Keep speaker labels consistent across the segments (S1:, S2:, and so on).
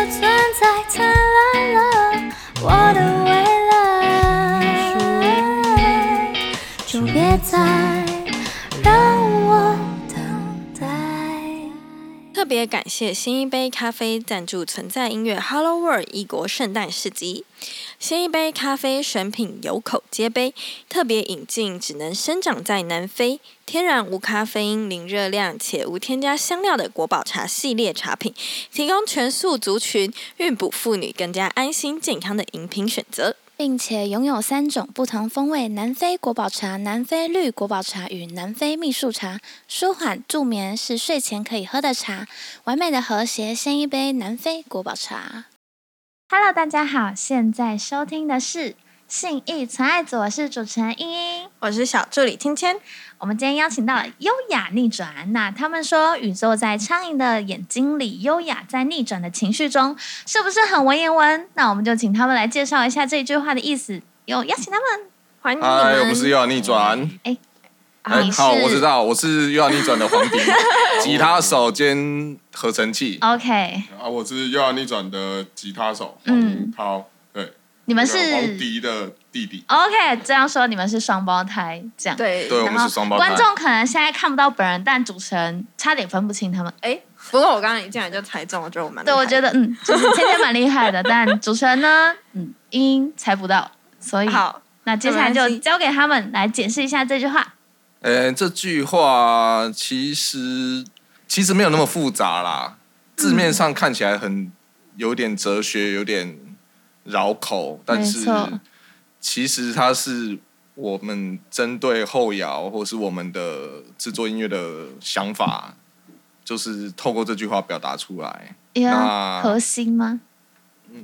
S1: 再灿烂了，我的未来，就别再让我等待。
S2: 特别感谢新一杯咖啡赞助存在音乐 Hello World 异国圣诞市集。新一杯咖啡选品有口皆碑，特别引进只能生长在南非、天然无咖啡因、零热量且无添加香料的国宝茶系列茶品，提供全素族群、孕哺妇女更加安心健康的饮品选择。
S3: 并且拥有三种不同风味南非国宝茶、南非绿国宝茶与南非秘术茶，舒缓助眠是睡前可以喝的茶，完美的和谐。先一杯南非国宝茶。
S4: Hello，大家好，现在收听的是信义存爱组，我是主持人茵茵。
S2: 我是小助理芊芊，
S4: 呃我们今天邀请到了优雅逆转，那他们说宇宙在苍蝇的眼睛里，优雅在逆转的情绪中，是不是很文言文？那我们就请他们来介绍一下这句话的意思。有邀请他们，
S2: 欢迎你
S5: 嗨，哎我
S2: 们！
S5: 不是又要逆转？哎、
S4: 啊你是
S5: 好，我知道，我是又要逆转的黄 迪，吉他手兼合成器。
S4: 哦 OK，
S5: 啊，我是又要逆转的吉他手。
S4: 嗯，
S5: 好，对，
S4: 你们
S5: 黄
S4: 是
S5: 迪的弟弟。
S4: OK，这样说你们是双胞胎，这样。
S2: 对
S5: 对，我
S4: 然
S5: 们
S4: 后
S5: 是双胞胎。
S4: 观众可能现在看不到本人，但主持人差点分不清他们。
S2: 哎，不过我刚刚一进来就猜中，我觉得我蛮
S4: 对，我觉
S2: 得
S4: 得嗯，就是芊芊蛮厉害的，但主持人呢，嗯，英英猜不到，所以
S2: 好。
S4: 那接下来
S2: 没关
S4: 就
S2: 系
S4: 交给他们来解释一下这句话。
S5: 呃，这句话其实其实没有那么复杂啦，字面上看起来很有点哲学，有点绕口，但
S4: 嗯没
S5: 是
S4: 错
S5: 其实它是我们针对后摇或是我们的制作音乐的想法，就是透过这句话表达出来。
S4: 哎呀，
S5: 那
S4: 核心吗？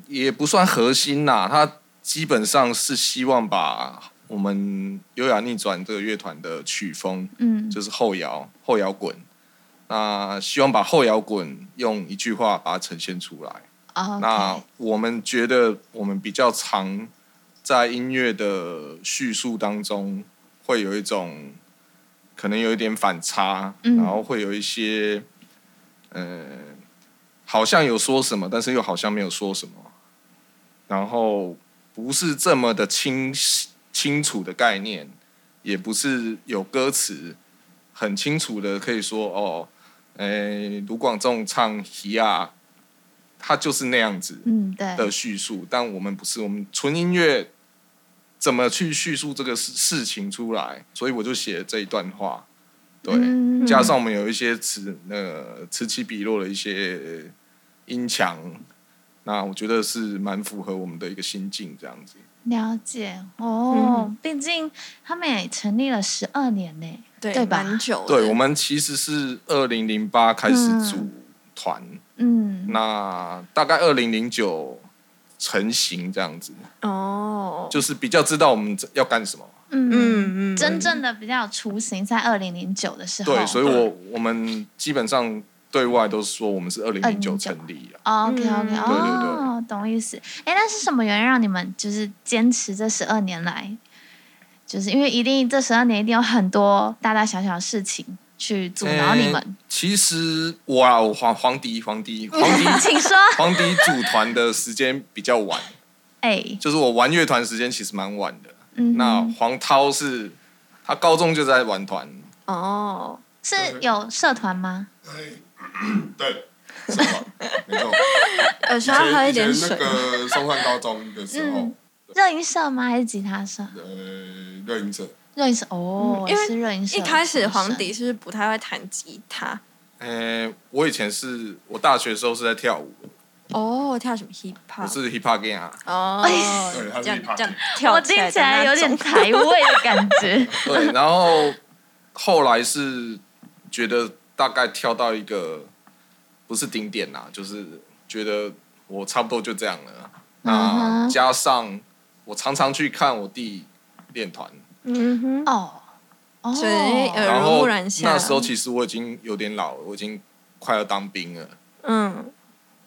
S5: 也不算核心啦，它基本上是希望把我们优雅逆转这个乐团的曲风，
S4: 嗯
S5: 就是后摇后摇滚，那希望把后摇滚用一句话把它呈现出来。那
S4: 哦，OK，
S5: 我们觉得我们比较常在音乐的叙述当中，会有一种可能有一点反差，
S4: 嗯
S5: 然后会有一些呃，好像有说什么，但是又好像没有说什么，然后不是这么的清晰清楚的概念，也不是有歌词很清楚的可以说哦。诶，卢广仲唱《西亚》，它就是那样子
S4: 嗯，对，
S5: 的叙述，但我们不是，我们纯音乐怎么去叙述这个事事情出来？所以我就写了这一段话，对，
S4: 嗯
S5: 加上我们有一些词，呃，此起彼落的一些音墙，那我觉得是蛮符合我们的一个心境，这样子。
S4: 了解哦。毕竟他们也成立了十二年呢。
S2: 对
S4: 对吧
S2: 蛮久的
S5: 对，我们其实是二零零八开始组团，
S4: 嗯，
S5: 那大概二零零九成型这样子，
S2: 哦，
S5: 就是比较知道我们要干什么。
S4: 嗯
S2: 嗯嗯，
S4: 真正的比较有雏形在二零零九的时候。
S5: 对，所以我我们基本上对外都说我们是二零零九成立啊。
S4: OK
S2: 嗯
S4: OK，
S2: 对
S5: 对
S4: 哦，懂意思。哎，那是什么原因让你们就是坚持这十二年来？就是因为一定这十二年一定有很多大大小小的事情去阻
S5: 哎
S4: 挠你们，
S5: 其实我啊，我黄黄迪 黄迪黄迪
S4: 请说。
S5: 黄迪组团的时间比较晚，
S4: 哎，
S5: 就是我玩乐团时间其实蛮晚的。
S4: 嗯哼，
S5: 那黄涛是他高中就在玩团，
S2: 哦，
S4: 是有社团吗？
S6: 哎 对，是吧？没错。
S2: 呃，需
S6: 以
S2: 要
S6: 前
S2: 喝一
S6: 以前
S2: 点水
S6: 那。个松山高中的时候
S4: 嗯，热音社吗？还是吉他社？嗯
S6: 呃，热音社，
S4: 热音社哦，
S2: 嗯因为
S4: 是热音社。
S2: 一开始黄迪是不是不太会弹吉他？
S5: 呃，我以前是我大学的时候是在跳舞，
S2: 哦，跳什么 hip
S5: 我
S2: hop？
S5: 是 hip hop gang 啊，
S2: 哦，
S6: 对他
S2: 这
S6: 是
S2: 样
S6: hip hop
S2: 这样跳
S4: 我
S2: 起
S4: 听
S2: 来
S4: 起来
S2: 的
S4: 有
S2: 那
S4: 点
S2: 种，
S4: 台 味的感 觉。
S5: 对，然后后来是觉得大概跳到一个不是顶点啦，就是觉得我差不多就这样了。
S4: 嗯
S5: 那
S4: 哼
S5: 加上我常常去看我弟练团，
S2: 嗯哼，
S4: 哦哦，
S2: 所以耳
S5: 然
S2: 濡目
S5: 后
S2: 染下，
S5: 那时候其实我已经有点老了，我已经快要当兵了。
S2: 嗯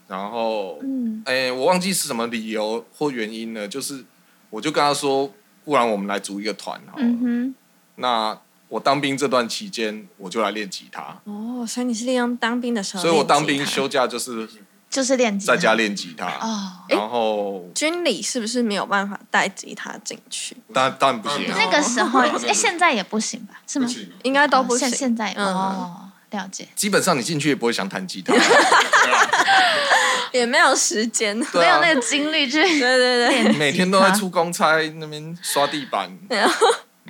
S5: 然后，
S4: 嗯
S5: 哎、我忘记是什么理由或原因了，就是我就跟他说，不然我们来组一个团好了。
S4: 嗯哼，
S5: 那我当兵这段期间，我就来练吉他。
S2: 哦，所以你是利用当兵的时候，
S5: 所以我当兵休，假就是
S4: 就是练吉他
S7: 在家练吉他，
S4: 哦，
S7: 然后
S2: 军礼是不是没有办法带吉他进去？
S7: 当当然不行啊，
S4: 那个时候诶现在也不行吧？是
S5: 不
S4: 吗？
S5: 行啊，
S2: 应该都不
S4: 哦现
S2: 行。
S4: 现在
S2: 嗯
S4: 哦，了解。
S7: 基本上你进去也不会想弹吉他，
S2: 也没有时间。对
S4: 没
S7: 对
S4: 有那
S7: 啊，
S4: 个精力去。
S2: 对对，
S7: 每天都在出公差那边刷地板。
S4: 哎，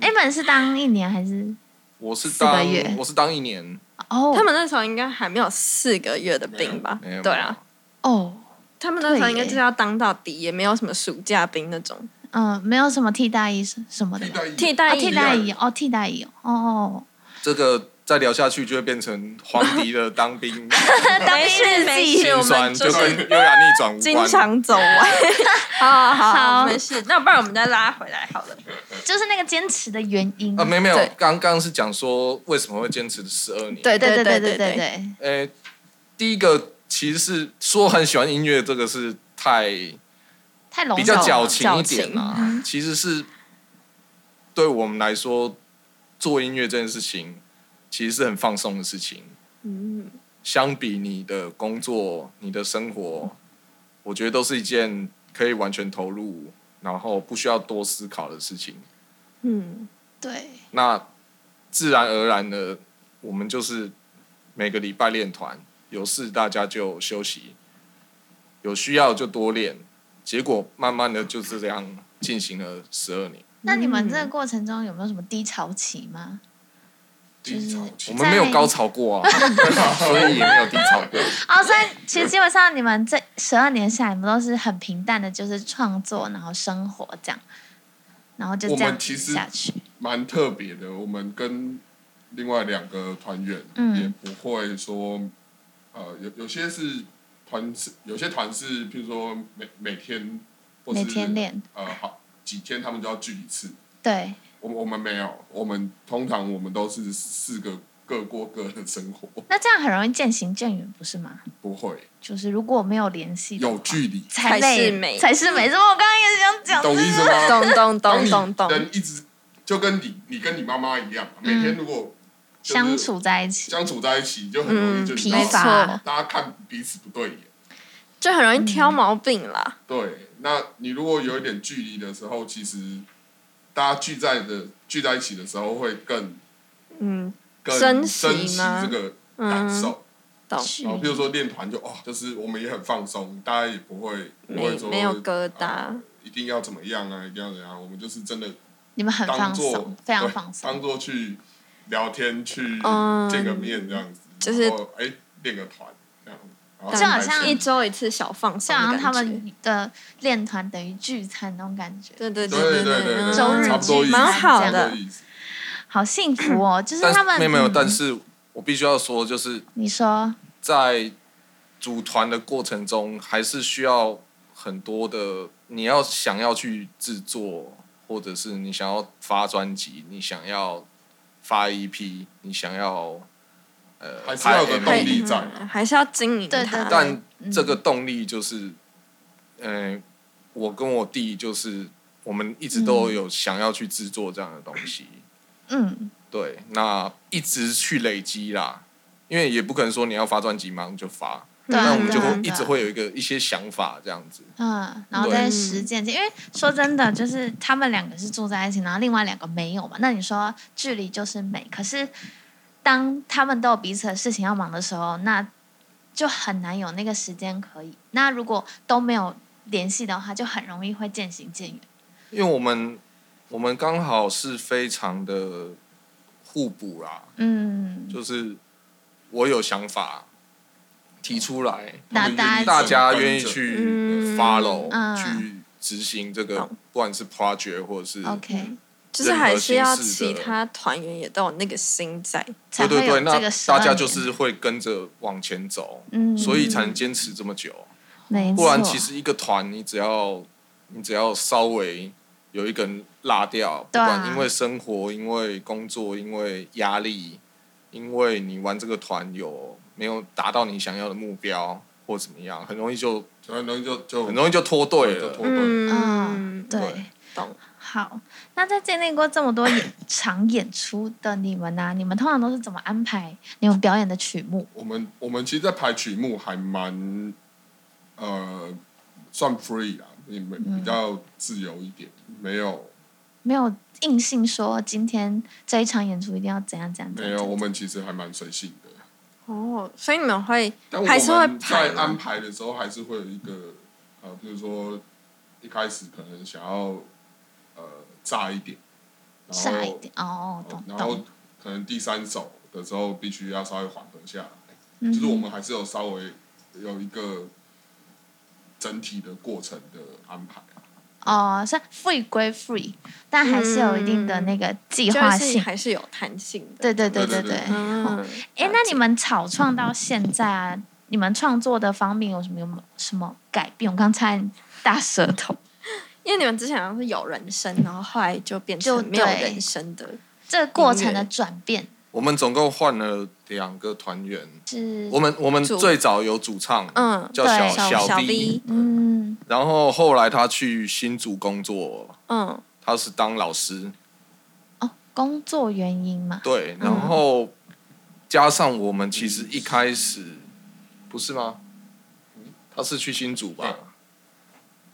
S4: 你们是当一年还是？
S7: 我是
S4: 四个
S7: 当
S4: 月
S7: 我是当一年，
S4: 哦，
S2: 他们那时候应该还没有四个月的兵吧？
S7: 没有
S2: 对啊，
S4: 哦，
S2: 他们那时候
S4: 对耶
S2: 应该就是要当到底，也没有什么暑假兵那种
S4: 嗯，没有什么替代役什什么的
S5: 替
S4: 吧。
S5: 代役
S2: 替
S4: 哦，
S7: 啊
S2: 代役
S4: 替代役哦，替代役哦哦，
S7: 这个再聊下去就会变成黄迪的当兵
S4: 当
S2: 没事
S4: 兵日
S2: 没
S4: 记
S2: 事，我
S7: 心
S2: 们
S7: 酸，
S2: 就
S7: 就是跟优雅逆转无
S2: 经
S7: 关。
S2: 常走完。 好好
S4: 好
S2: 没事。那不然我们再拉回来好了。
S4: 哦就是那个坚持的原因。
S7: 啊，没没有
S2: 对，
S7: 刚刚是讲说为什么会坚持十二年。
S2: 对
S4: 对
S2: 对
S4: 对对对
S2: 对
S4: 对对，
S7: 呃，第一个其实是说很喜欢音乐，这个是太
S4: 太笼
S7: 比较
S4: 统
S7: 矫
S4: 了。
S7: 情一点啊。其实是对我们来说，做音乐这件事情其实是很放松的事情。
S2: 嗯，
S7: 相比你的工作、你的生活，我觉得都是一件可以完全投入，然后不需要多思考的事情。
S2: 嗯，
S4: 对，
S7: 那自然而然的，我们就是每个礼拜练团，有事大家就休息，有需要就多练。结果慢慢的就这样进行了十二年，
S4: 那你们这个过程中有没有什么低潮期吗？
S5: 低潮
S7: 我
S5: 期
S7: 们没有高潮过啊， 所以也没有低潮过。
S4: 哦，所以其实基本上你们这十二年下来，你们都是很平淡的，就是创作，然后生活这样，然后就这
S5: 我
S4: 样
S5: 们其实
S4: 下去。
S5: 蛮特别的。我们跟另外两个团员
S4: 嗯
S5: 也不会说，呃，有有些是团是有些团是，譬如说每每天或是
S4: 每天练，
S5: 呃，好几天他们就要聚一次。
S4: 对，
S5: 我们我们没有，我们通常我们都是四个各过各的生活，
S4: 那这样很容易渐行渐远，不是吗？
S5: 不会
S4: 就是如果没有联系的话，
S5: 有距离，
S4: 才
S2: 才
S4: 累
S2: 是美
S4: 才是美。怎么我刚刚也想讲
S5: 懂意思吗？
S2: 咚咚
S5: 当
S2: 咚
S5: 你
S2: 咚咚
S5: 人，一直就跟你你跟你妈妈一样，每天如果就是
S4: 相处在一起，
S5: 相处在一起，就很容易就
S4: 疲
S5: 你知道
S4: 乏
S5: 大家看彼此不对眼。
S2: 就很容易挑毛病啦。
S5: 对，那你如果有一点距离的时候，其实大家聚在的聚在一起的时候，会更
S2: 嗯，
S5: 更
S2: 珍
S5: 珍
S2: 惜
S5: 惜
S2: 吗
S5: 这个感受。
S2: 懂。
S4: 嗯
S5: 然后，譬如说练团就哦，就是我们也很放松，大家也不会不
S2: 没
S5: 会说
S2: 没有疙瘩
S5: 呃，一定要怎么样啊，一定要怎样，我们就是真的
S4: 你们很
S5: 当
S4: 放
S5: 做
S4: 松，非常放
S5: 当
S4: 松。
S5: 做去聊天，去
S2: 嗯
S5: 见个面这样子，
S2: 就是
S5: 然后哎练个团这样，然后
S4: 就好像
S5: 开始
S2: 一周一次小放松
S4: 就
S2: 的感觉，
S4: 好像啊他们的练团等于聚餐那种感觉，
S2: 对对
S5: 对对对
S2: 对嗯
S5: 对，
S4: 嗯周日
S5: 差不多
S4: 聚
S5: 意思，
S2: 蛮好的
S5: 差不多意思。
S4: 好幸福 哦！就是
S7: 但
S4: 他们
S7: 没有没有，
S4: 嗯
S7: 但是我必须要说，就是
S4: 你说
S7: 在组团的过程中，还是需要很多的，你要想要去制作，或者是你想要发专辑，你想要发 EP，你想要呃
S5: 还是
S7: 拍
S5: 要有个
S7: MV
S5: 动力在啊
S2: 嗯还是要经营它。
S4: 对对对
S7: 但
S4: 嗯
S7: 这个动力就是，呃，我跟我弟就是我们一直都有想要去制作这样的东西，
S4: 嗯，
S7: 对，那一直去累积啦，因为也不可能说你要发专辑马上就发，
S4: 对啊，
S7: 那我
S2: 嗯
S7: 们就
S4: 对啊
S7: 会一直会有一个一些想法这样子。
S4: 嗯，然后再实践。因为说真的，就是他们两个是住在一起，然后另外两个没有嘛。那你说距离就是美，可是当他们都有彼此的事情要忙的时候，那就很难有那个时间可以。那如果都没有联系的话，就很容易会渐行渐远。
S7: 因为我们我们刚好是非常的互补啦，
S4: 嗯，
S7: 就是我有想法提出来，
S4: 那大
S7: 大家
S5: 跟着
S7: 愿意去
S2: 嗯
S7: follow、
S4: 嗯
S7: 去执行这个，
S2: 懂
S7: 不管是 project 或者是嗯
S4: OK，
S2: 就是
S7: 任何
S2: 还是要
S7: 形式
S2: 其
S7: 的
S2: 他团员也都有那个心在。
S4: 才
S7: 对
S4: 会
S7: 对对，
S4: 有
S7: 那
S4: 这个12
S7: 大家
S4: 年
S7: 就是会跟着往前走，
S4: 嗯，
S7: 所以才能坚持这么久。
S4: 没错，
S7: 不然其实一个团，你只要你只要稍微有一个人落掉，不
S4: 对啊
S7: 管因为生活、因为工作、因为压力，因为你玩这个团有没有达到你想要的目标或怎么样，很容易就
S5: 就很容易就就
S7: 很容易就脱队
S5: 就
S7: 了
S5: 脱。嗯
S4: 嗯，对
S7: 对。
S2: 懂。
S4: 好，那在经历过这么多演场演出的你们呢、 你们通常都是怎么安排你们表演的曲目？
S5: 我们我们其实，在排曲目还蛮呃算 free 啦，也没
S4: 嗯
S5: 比较自由一点，没有
S4: 没有硬性说今天这一场演出一定要怎样怎样怎
S5: 没
S4: 样。
S5: 有，
S4: 怎样
S5: 我们其实还蛮随性的。
S2: 哦，所以你们会
S5: 但我
S2: 还是会
S5: 们
S2: 排
S4: 啊
S5: 在
S2: 吗
S5: 安排的时候，还是会有一个呃，比如说一开始可能想要呃炸一点，然后
S4: 下一点哦，
S5: 呃
S4: 懂
S5: 然后
S4: 懂，
S5: 可能第三首的时候必须要稍微缓和下来，
S4: 嗯
S5: 就是我们还是有稍微有一个整体的过程的安排。
S4: 哦，是 free 归 free，但还是有一定的那个计划
S2: 嗯就是
S4: 性。
S2: 还是有弹性的。
S4: 对对对对
S5: 对对
S4: 对。
S5: 对
S2: 嗯，
S4: 哎，那你们草创到现在啊，你们创作的方面有什么有没有什么改变？我刚才大舌头，
S2: 因为你们之前好像是有人声，然后后来就变
S4: 就
S2: 成没有
S4: 对
S2: 人声的。
S4: 这个过程的转变
S7: 我们总共换了两个团员，
S4: 是
S7: 我们我们
S2: 主
S7: 最早有主唱，
S2: 嗯，
S7: 叫
S4: 嗯对
S7: 小
S2: 小
S7: 小
S2: V，
S7: D，
S4: 嗯
S7: 然后后来他去新竹工作，
S2: 嗯，
S7: 他是当老师，
S4: 哦工作原因嘛，
S7: 对，然后加上我们其实一开始不是吗？他是去新竹吧？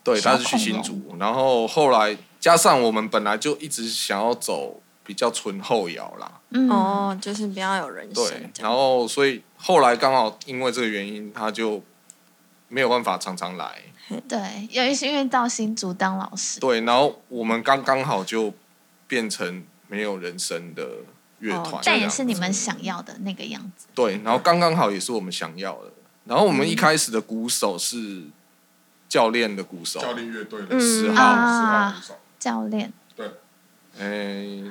S7: 对，
S4: 小哦
S7: 他
S4: 恐
S7: 是去新竹，然后后来加上我们本来就一直想要走比较纯后摇啦，
S4: 嗯
S2: 哦，就是不要有人
S7: 对
S4: 啊
S2: 声，这
S7: 然
S2: 样。
S7: 后所以后来刚好因为这个原因，他就没有办法常常来，
S4: 对，有一些因为到新竹当老师，
S7: 对，然后我们刚刚好就变成没有人声的乐团
S2: 哦，
S7: 这
S4: 但也
S7: 样
S4: 是
S7: 子
S4: 你们想要的那个样子。
S7: 对，然后刚刚好也是我们想要的。然后我们一开始的鼓手是教练的鼓手，
S5: 教练乐队的
S2: 嗯
S5: 十号、
S4: 啊
S5: 十号鼓手，
S4: 教练，
S5: 对，
S7: 诶，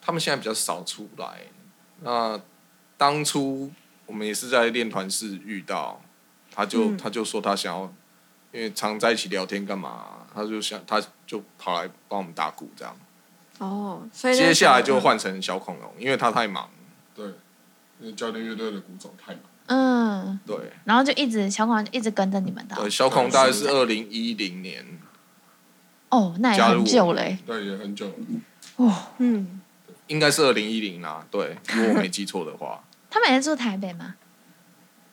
S7: 他们现在比较少出来。那当初我们也是在练团室遇到，他就、
S2: 嗯
S7: 他就说他想要，因为常在一起聊天干嘛，他就想他就跑来帮我们打鼓这样。
S2: 哦，所以那时候
S7: 接下来就换成小恐龙，因为他太忙。
S5: 对，因为教练乐队的鼓手太忙，
S4: 嗯，
S7: 对，
S4: 然后就一直小广就一直跟着你们的
S7: 对，小恐大概是二零一零年，
S4: 哦，那也
S7: 加入
S4: 很久嘞，
S5: 对，也很久了。
S2: 嗯，
S7: 应该是二零一零啦。对，如果我没记错的话。
S4: 他们也是住台北嘛，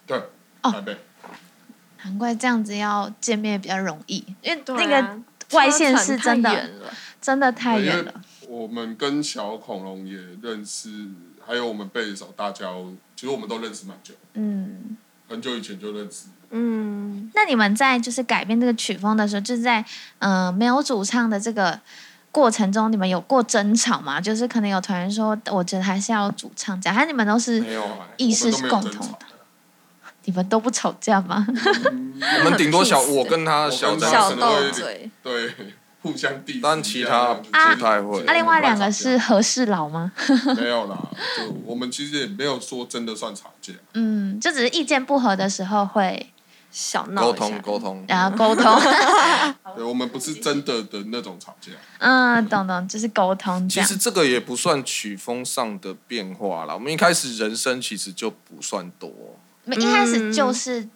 S5: 对，
S4: 哦
S5: 台北，
S4: 难怪这样子要见面比较容易，因为
S2: 对
S4: 那
S2: 啊
S4: 个外线是
S2: 车
S4: 真的
S2: 程太远了
S4: 真的太
S5: 对因
S4: 远
S5: 为
S4: 了。
S5: 我们跟小恐龙也认识，还有我们贝斯手大娇，其实我们都认识蛮久，
S4: 嗯，
S5: 很久以前就认识。
S2: 嗯，
S4: 那你们在就是改变这个曲风的时候，就是在嗯、呃没有主唱的这个过程中，你们有过争吵吗？就是可能有团员说，我觉得还是要主唱讲，还是你们都
S7: 没
S4: 是
S7: 有
S5: 没有
S7: 啊
S5: 啊
S4: 意识
S5: 我们
S4: 是
S5: 都
S4: 共
S5: 没有争
S4: 同
S5: 吵
S4: 的。你们都不吵架吗？
S5: 嗯
S7: 我们顶多小
S2: peace
S7: 我跟他
S5: 我
S7: 小
S5: 跟
S7: 战
S5: 他
S2: 小
S7: 士
S5: 可能
S2: 斗
S5: 会
S2: 嘴，
S5: 对，互相地。啊
S7: 但其他不太会
S4: 啊，另外两个
S5: 没
S4: 是和事佬吗？
S5: 办法没有啦，就我们其实也没有说真的算吵架，
S4: 嗯，就只是意见不合的时候会
S2: 小闹
S7: 沟
S2: 一下
S7: 通沟通，
S4: 然后沟通，
S5: 对我们不是真的的那种吵架，
S4: 嗯，懂懂，就是沟通这
S7: 其
S4: 样
S7: 实。这个也不算曲风上的变化啦。我们一开始人声其实就不算多，
S4: 你们一开始就是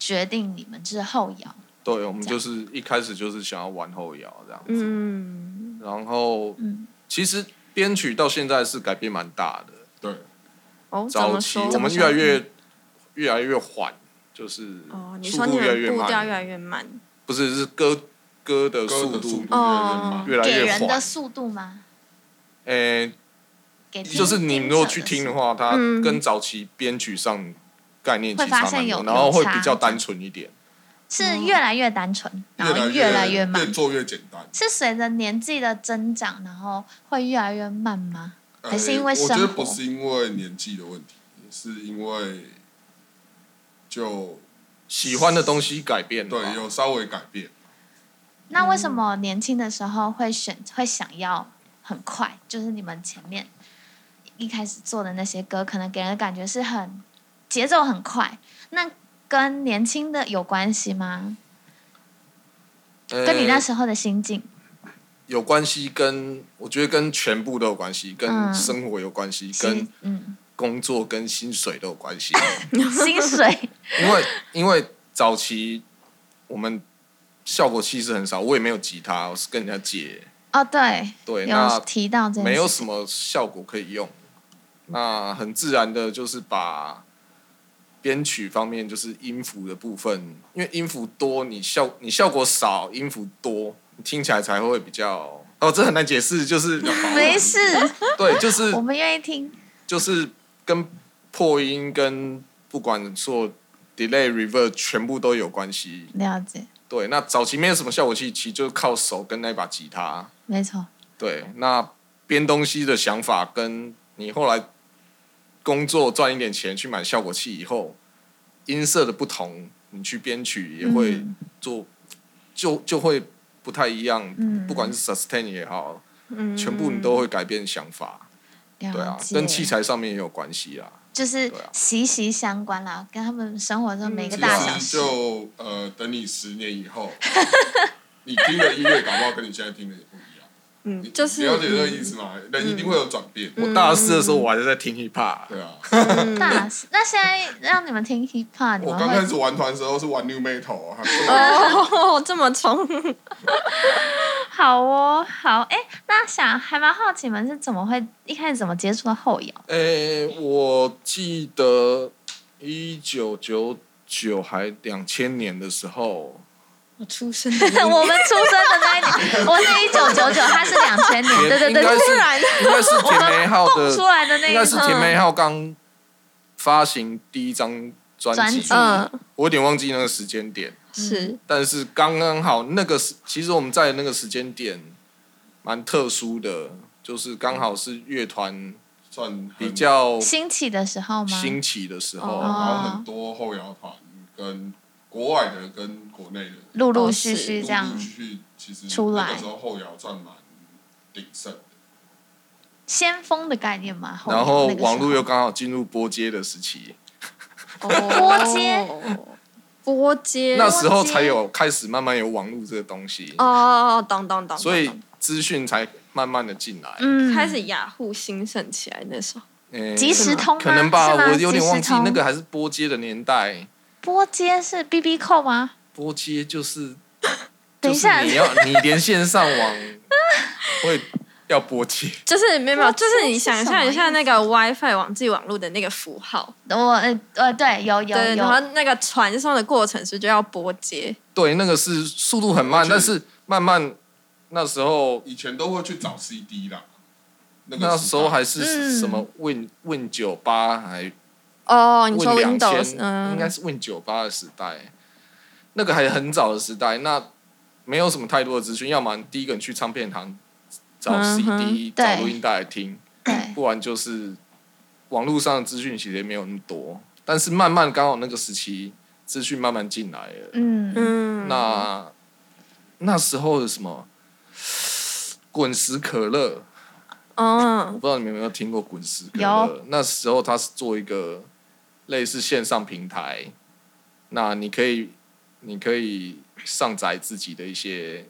S4: 决定你们是后摇，
S7: 对我们就是一开始就是想要玩后摇这样子。
S2: 嗯，
S7: 然后
S4: 嗯，
S7: 其实编曲到现在是改变蛮大的，
S5: 对，
S2: 哦，怎
S7: 早
S2: 么
S7: 期
S2: 说？
S7: 我们越来越越来越缓，就是
S2: 哦，你
S7: 速
S2: 说
S7: 度
S2: 你
S7: 越来越
S2: 们步调越
S7: 慢，
S2: 来越慢，
S7: 不是是歌歌的
S5: 歌
S7: 速
S5: 的速
S7: 度
S5: 度越来越慢
S7: 越来
S4: 给
S7: 越
S4: 人的
S7: 缓。
S4: 速度吗？
S7: 诶，
S4: 给听
S7: 就是你如果去听的，话，它
S2: 嗯
S7: 跟早期编曲上概念其实差
S4: 会发
S7: 蛮
S4: 现有
S7: 多，然后会
S4: 有差
S7: 比较单纯一点。
S4: 者是是越来越单纯，然后
S5: 越
S4: 来
S5: 来
S4: 越慢
S5: 越，做越简单。
S4: 是随着年纪的增长，然后会越来越慢吗？
S5: 呃
S4: 还是因为
S5: 我觉得
S4: 生活
S5: 不是因为年纪的问题，是因为就
S7: 喜欢的东西改变了吧，
S5: 对有稍微改变。
S4: 那为什
S7: 嗯
S4: 么年轻的时候会选会想要很快？就是你们前面一开始做的那些歌，可能给人的感觉是很节奏很快，那跟年轻的有关系吗？
S7: 呃
S4: 跟你那时候的心境？
S7: 有关系跟，我觉得跟全部都有关系，跟
S4: 嗯
S7: 生活有关系，
S4: 心
S7: 跟
S4: 嗯，
S7: 工作跟薪水都有关系。
S4: 薪水
S7: 因为因为早期我们效果器是很少，我也没有吉他，我是跟人家借，
S4: 哦，对，
S7: 对，
S4: 有
S7: 那
S4: 提到这件事
S7: 没有什么效果可以用。那很自然的，就是把编曲方面，就是音符的部分，因为音符多，你效你效果少，音符多，你听起来才会比较。哦，这很难解释，就是
S4: 没事，
S7: 对，就是
S4: 我们愿意听。
S7: 就是跟破音跟不管做 delay reverb 全部都有关系。
S4: 了解，
S7: 对，那早期没有什么效果器，其实就是靠手跟那把吉他。
S4: 没错，
S7: 对，那编东西的想法跟你后来工作赚一点钱去买效果器以后，音色的不同，你去编曲也会
S4: 嗯
S7: 做，就就会不太一样。
S4: 嗯
S7: 不管是 sustain 也好，
S2: 嗯
S7: 全部你都会改变想法。对
S4: 了
S7: 啊，
S4: 解。
S7: 跟器材上面也有关系啦。
S4: 就是
S7: 对啊嗯
S4: 息息相关啦，跟他们生活中每个嗯
S5: 其
S4: 大小
S5: 实
S4: 事。
S5: 就呃，等你十年以后，你听的音乐搞不好跟你现在听的也不一样。你
S2: 嗯，就是嗯
S5: 了解这个意思吗？人一定会有转变。
S7: 我
S4: 嗯
S7: 大四的时候，我还是在听 hiphop，
S5: 对啊，
S2: 嗯
S4: 大事。嗯那现在让你们听 hip hop，你
S5: 我
S4: 们
S5: 刚开
S4: 会
S5: 始玩团的时候是玩 new metal 啊，
S2: 哦， 这么冲，
S4: 好哦，好哎、那想还蛮好奇，你们是怎么会一开始怎么接触到 后摇？
S7: 诶、我记得一九九九还两千年的时候，
S2: 我出生的那一
S4: 我们出生的那一年，我是一九九九，他是两千年，
S7: 也
S4: 对对
S7: 应该
S4: 对，
S7: 是应该是甜梅号
S4: 蹦出
S7: 的，
S4: 来的那
S7: 应
S4: 一
S7: 该是
S4: 年，
S7: 甜梅号刚发行第一张专辑，
S4: 专
S2: 嗯，
S7: 我有点忘记那个时间点，
S2: 是
S7: 但是刚刚好那个时，其实我们在那个时间点蛮特殊的，就是刚好是乐团
S5: 算很
S7: 比，较
S4: 兴起的时候吗？
S7: 兴起的时候。
S4: 嗯
S5: 然
S4: 哦
S5: 后很多后摇团跟国外的跟国内的
S4: 陆陆续续这样
S2: 哦
S5: 陆陆续续，其实
S4: 出来
S5: 那个时候后摇占蛮鼎盛的。
S4: 先锋的概念嘛。
S7: 嗯然后
S4: 哦那个时候
S7: 网络又刚好进入波接的时期，
S4: 波接
S2: 哦波接，
S7: 那时候才有开始慢慢有网络这个东西，
S2: 哦，当当当，
S7: 所以
S2: 当
S7: 资讯才慢慢的进来。
S4: 嗯
S2: 当开始雅虎兴盛起来那时候，
S7: 嗯，
S4: 即时通吗
S7: 可能吧，
S4: 是吗
S7: 我有点忘
S4: 即
S7: 记
S4: 时通
S7: 那个还是波接的年代，
S4: 波接是 B B 扣吗？
S7: 波接就是，
S4: 等一下
S7: 就是 你要你连线上网会要波接，
S2: 就是没有没有，
S4: 波接
S2: 就是你想象一下
S4: 是什么
S2: 那个 WiFi 网际网络的那个符号，
S4: 我呃呃对，有有
S2: 对，然后
S4: 有，
S2: 那个传送的过程是就要波接，
S7: 对，那个是速度很慢，
S5: 我觉
S7: 但
S5: 得
S7: 是慢慢那时候
S5: 以前都会去找 CD 啦，那个
S7: 那时候还是
S4: 嗯
S7: 什么 Win Win 九八还
S2: 哦，你说
S7: Win 两
S2: Windows，
S7: 千、
S2: 嗯，
S7: 应该是 Win 九八的时代，那个还很早的时代，那没有什么太多的资讯，要么第一个你去唱片行找
S2: 嗯
S7: CD、
S4: 对
S7: 找录音带来听，
S4: 对，
S7: 不然就是网络上的资讯其实也没有那么多，但是慢慢刚好那个时期资讯慢慢进来了，
S4: 嗯，
S2: 嗯，
S7: 那那时候的什么 滚石可乐，
S2: 嗯
S7: 我不知道你们有没有听过滚石歌？
S4: 有
S7: 那时候它是做一个类似线上平台，那你可以你可以上载自己的一些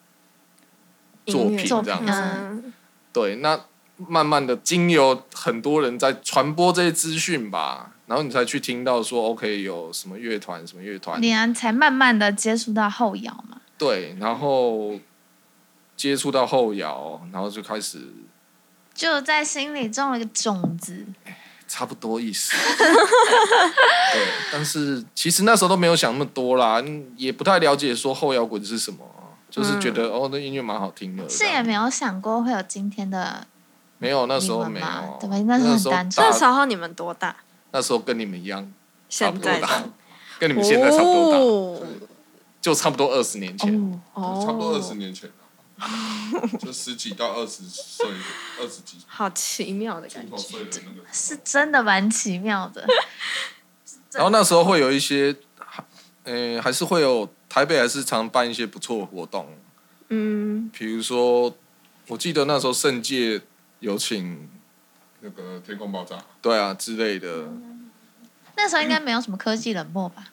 S7: 作
S2: 音
S7: 品
S2: 乐
S7: 这样子。
S2: 嗯
S7: 对，那慢慢的经由很多人在传播这些资讯吧，然后你才去听到说 OK 有什么乐团什么乐团，
S4: 你啊才慢慢的接触到后摇嘛。
S7: 对，然后接触到后摇，然后就开始
S4: 就在心里种了个种子，
S7: 差不多意 思。对，但是其实那时候都没有想那么多啦，嗯也不太了解说后摇滚是什么，就是觉得、哦，那音乐蛮好听的。
S4: 嗯是也没有想过会有今天的
S7: 没有，那时候
S4: 你
S7: 没
S4: 们
S7: 有
S4: 嘛，对吧
S7: 那
S4: 那时候很
S7: 时候
S4: 单纯
S2: 那时
S7: 大，
S2: 候你们多大？
S7: 那时候跟你们一样，差
S2: 现
S7: 不多
S2: 在
S7: 大
S2: 的，
S7: 跟你们现在差不多大，
S2: 哦
S7: 就差不多二十年前。
S4: 哦，
S2: 哦
S5: 差不多二十年前了， 就十几到二十岁，二十几
S2: 好奇妙的感
S5: 出头
S2: 觉。
S5: 岁的那个
S4: 是真的蛮奇妙 的。
S7: 然后那时候会有一些，呃，还是会有台北还是常办一些不错的活动，
S2: 嗯，
S7: 比如说，我记得那时候圣界有请，
S5: 那个天空爆炸，
S7: 对啊之类的。
S4: 那时候应该没有什么科技冷漠吧？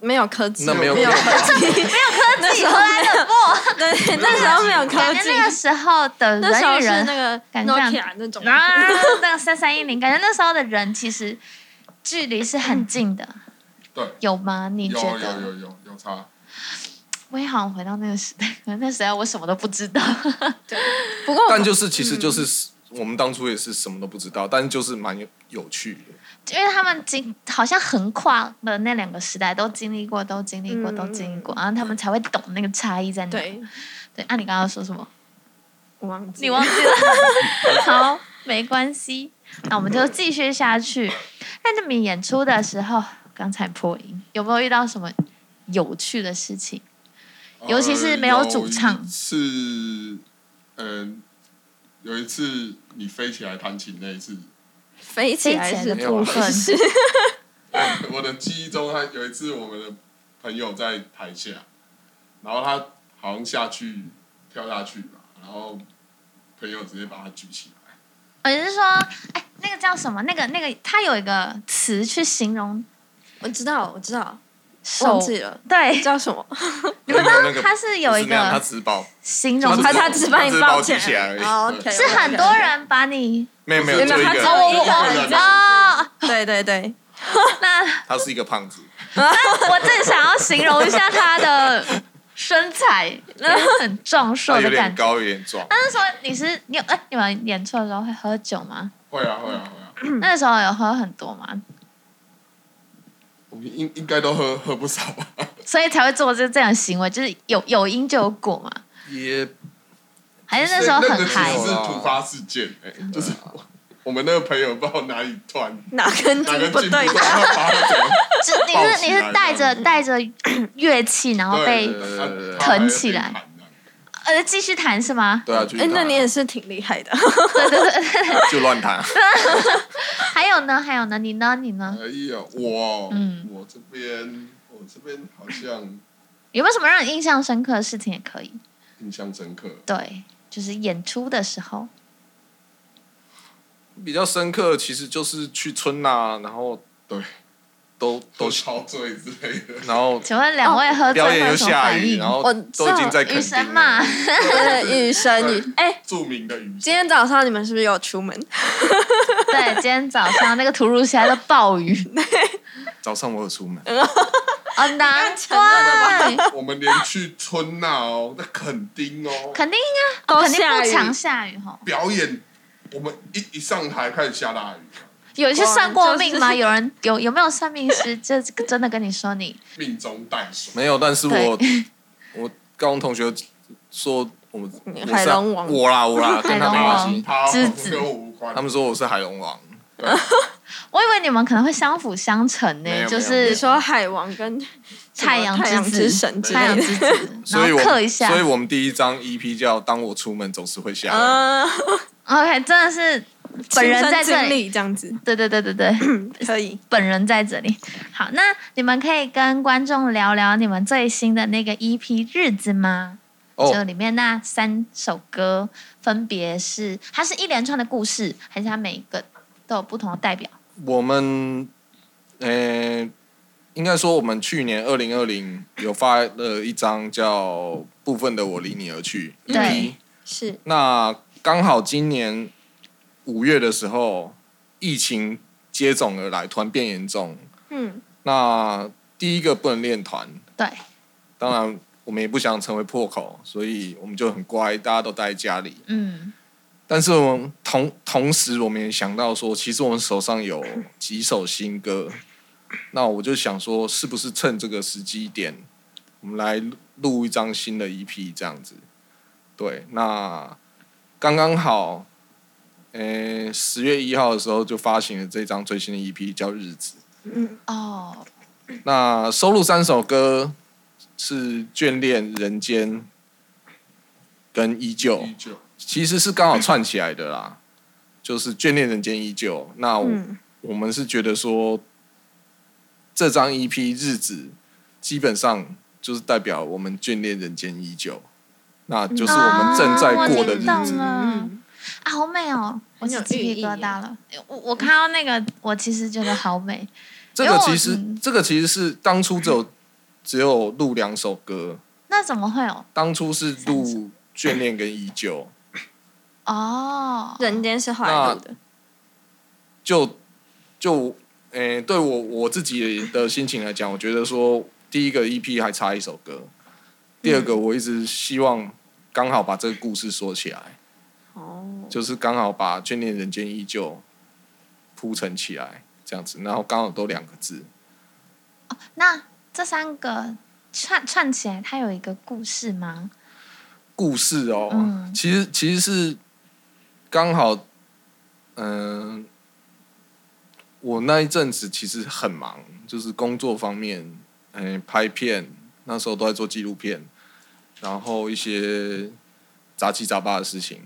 S2: 没有科技，
S7: 那没有
S2: 没有科技，没有科技，荷兰冷漠。对，那时候没有 科
S4: 感觉
S2: 技，
S4: 那个时候的
S2: 那时
S4: 人
S2: 候
S4: 与
S2: 是
S4: 人
S2: 那个
S4: 感觉像
S2: Nokia 那种。
S4: 啊，那个三三一零，感觉那时候的人其实距离是很近的，
S5: 对，
S4: 有吗？你
S5: 有
S4: 觉
S5: 有
S4: 得？
S5: 有有有差，
S4: 我也好像回到那个时代，可能那时代我什么都不知道。
S2: 不过
S7: 但就是其实就是我们当初也是什么都不知道，但是就是蛮有有趣的。
S4: 因为他们经好像横跨了那两个时代，都经历过，都经历过，
S2: 嗯
S4: 都经历过，然后他们才会懂那个差异在哪。
S2: 对，
S4: 对，啊按、你刚刚 说什么？
S2: 我忘记
S4: 你忘记了？好，没关系，那我们就继续下去。那你们演出的时候，刚才破音，有没有遇到什么有趣的事情？尤其
S5: 呃
S4: 是没有主唱
S5: 是嗯，有一次你飞起来弹琴那一次，
S2: 飞起来
S4: 飞起来
S2: 是
S4: 的
S7: 没有
S4: 部
S7: 啊
S4: 分，
S5: 我的记忆中，他有一次我们的朋友在台下，然后他好像下去跳下去吧，然后朋友直接把他举起来，
S4: 我是说，哎，那个叫什么？那个那个，它有一个词去形容
S2: 我知道，我知道，
S4: 手
S2: 忘，记了
S4: 对，
S2: 叫什么？
S7: 你们那个
S4: 它是有一
S7: 不是那样他
S4: 个
S7: 只是把我
S4: 形容
S7: 他
S2: 他
S7: 它
S2: 他
S4: 词，
S2: 只把你
S7: 只是把
S2: 抱
S7: 我举起来而已
S2: 哦，OK，
S4: 是很多人把你
S7: 没有没有
S2: 没有
S7: 就一
S2: 他
S7: 个
S2: 只有
S7: 人，
S2: 一个人这样
S4: 哦，
S2: 对对对，
S4: 那
S7: 他是一个胖子，
S4: 我正想要形容一下他的身材，那很壮
S7: 他
S4: 硕
S7: 啊有
S4: 的
S7: 点
S4: 感觉。
S7: 高有点壮，
S4: 那时候你是你有哎、你们演出的时候会喝酒吗？
S5: 会啊会啊会啊，
S4: 那时候有喝很多吗？
S5: 我们应应该都喝喝不少吧，
S4: 所以才会做这这样的行为，就是有有因就有果嘛？
S7: 也
S4: 还是那时候
S5: 那
S4: 很
S5: 个其
S4: 嗨
S5: 实？是突发事件，哎，就是我我们那个朋友不知道哪里突然
S2: 哪根
S5: 哪
S2: 筋
S5: 根
S2: 不
S5: 筋
S2: 对
S5: 不知道把他怎么
S4: 是你
S5: 抱
S4: 是
S5: 起
S4: 你
S5: 来
S4: 是带着带着乐器，然后被
S5: 对对对对对
S4: 腾起来
S5: 他还被弹这样
S4: 呃继续弹是吗？
S7: 对啊，就
S2: 哎，那你也是挺厉害的，
S7: 就乱弹，
S4: 还有呢？还有呢？你呢？你呢？
S5: 哎呀，我，
S4: 嗯
S5: 我这边，我这边好像
S4: 有没有什么让你印象深刻的事情也可以？
S5: 印象深刻，
S4: 对，就是演出的时候，
S7: 比较深刻，其实就是去春呐、然后
S5: 对，
S7: 都都
S5: 都，超醉之类的。
S7: 然后
S4: 请问两位喝醉
S7: 表
S4: 会
S7: 演
S4: 有
S7: 又
S4: 什么
S7: 下
S4: 反
S7: 雨，
S4: 应
S7: 然？后
S2: 我
S7: 都已经在
S4: 哦雨
S7: 垦
S4: 神
S7: 丁
S4: 嘛
S7: 了，，
S2: 对，雨神雨， 哎，
S5: 著名的雨
S2: 今天早上你们是不是有出门？
S4: 对，今天早上那个突如其来的暴 雨，
S7: 早上我有出门，
S4: 啊，哦难怪，
S5: 我们连去春呐哦，在垦丁哦，
S4: 肯定啊，
S2: 都
S4: 肯定
S2: 下
S4: 不
S2: 雨
S4: 常下雨哈。
S5: 表演，我们一一上台开始下大雨，
S4: 有去
S2: 哇
S4: 算过
S2: 就是
S4: 命吗？有人有有没有算命师？这这真的跟你说你
S5: 命中带水。
S7: 没有，但是我 我高中同学说我我是
S2: 海龙王
S7: 我啦我 啦，跟他没关
S4: 海龙
S7: 系，
S5: 他
S4: 之
S5: 跟
S4: 子
S5: 我无关。
S7: 他们说我是海龙王，
S4: 我以为你们可能会相辅相成呢、
S7: 没有
S4: 就
S7: 没有
S2: 你
S4: 是
S2: 说海王跟
S4: 太阳
S2: 太阳
S4: 之
S2: 之
S4: 子
S2: 神之
S4: 太
S2: 类
S4: 阳
S2: 的，
S4: 之子，
S7: 所以
S4: 然后
S7: 我
S4: 刻一下。
S7: 所以我们第一张 EP 叫《当我出门总是会下雨》，
S4: 哦
S2: 嗯，
S4: OK，真的是本人在
S2: 亲身
S4: 这
S2: 经
S4: 里，
S2: 历这嗯样子，
S4: 对对对对对，
S2: 可以。
S4: 本人在这里。好，那你们可以跟观众聊聊你们最新的那个 EP《日子》吗？就
S7: 哦，
S4: 里面那三首歌分别是，它是一连串的故事，还是它每一个都有不同的代表？
S7: 我们呃，应该说我们去年二零二零有发了一张叫《部分的我离你而去》
S4: 对
S7: EP，
S2: 是
S7: 那刚好今年五月的时候，疫情接踵而来，突然变严重。
S2: 嗯，
S7: 那第一个不能练团，
S4: 对，
S7: 当然我们也不想成为破口，所以我们就很乖，大家都待在家里。
S4: 嗯，
S7: 但是我们同同时，我们也想到说，其实我们手上有几首新歌，那我就想说，是不是趁这个时机点，我们来录一张新的 EP 这样子？对，那刚刚好，呃，十月一号的时候就发行了这张最新的 EP，叫《日子》。
S4: 哦，
S7: 那收录三首歌是《眷恋》《人间》跟《依旧》。
S5: 依旧，
S7: 其实是刚好串起来的啦，就是眷恋人间依旧。那我,、
S2: 嗯
S7: 们是觉得说，这张 EP 日子基本上就是代表我们眷恋人间依旧，那就是我们正在过的日
S4: 嗯
S2: 哦
S4: 啊我
S7: 子。
S4: 听懂了
S2: 嗯
S4: 啊，好美哦！我
S2: 很有
S4: 起鸡
S2: 寓
S4: 皮
S2: 意
S4: 疙
S2: 耶
S4: 瘩了。我我看到那个，我其实觉得好美。
S7: 这个其
S4: 因
S7: 实
S4: 为我嗯，
S7: 这个其实是当初只有只有录两首歌，
S4: 那怎么会有？
S7: 当初是录眷恋跟依旧，
S4: 哦，
S2: 人间是后来录的，
S7: 就就诶、对我我自己的心情来讲，我觉得说第一个 EP 还差一首歌，第二个我一直希望刚好把这个故事说起来，
S2: 哦，
S7: 就是刚好把《眷恋人间依旧》铺陈起来这样子，然后刚好都两个字，
S4: 那这三个串串起来，它有一个故事吗？
S7: 故事哦，
S4: 嗯
S7: 其实其实是刚好，嗯、我那一阵子其实很忙，就是工作方面，哎、拍片，那时候都在做纪录片，然后一些杂七杂八的事情。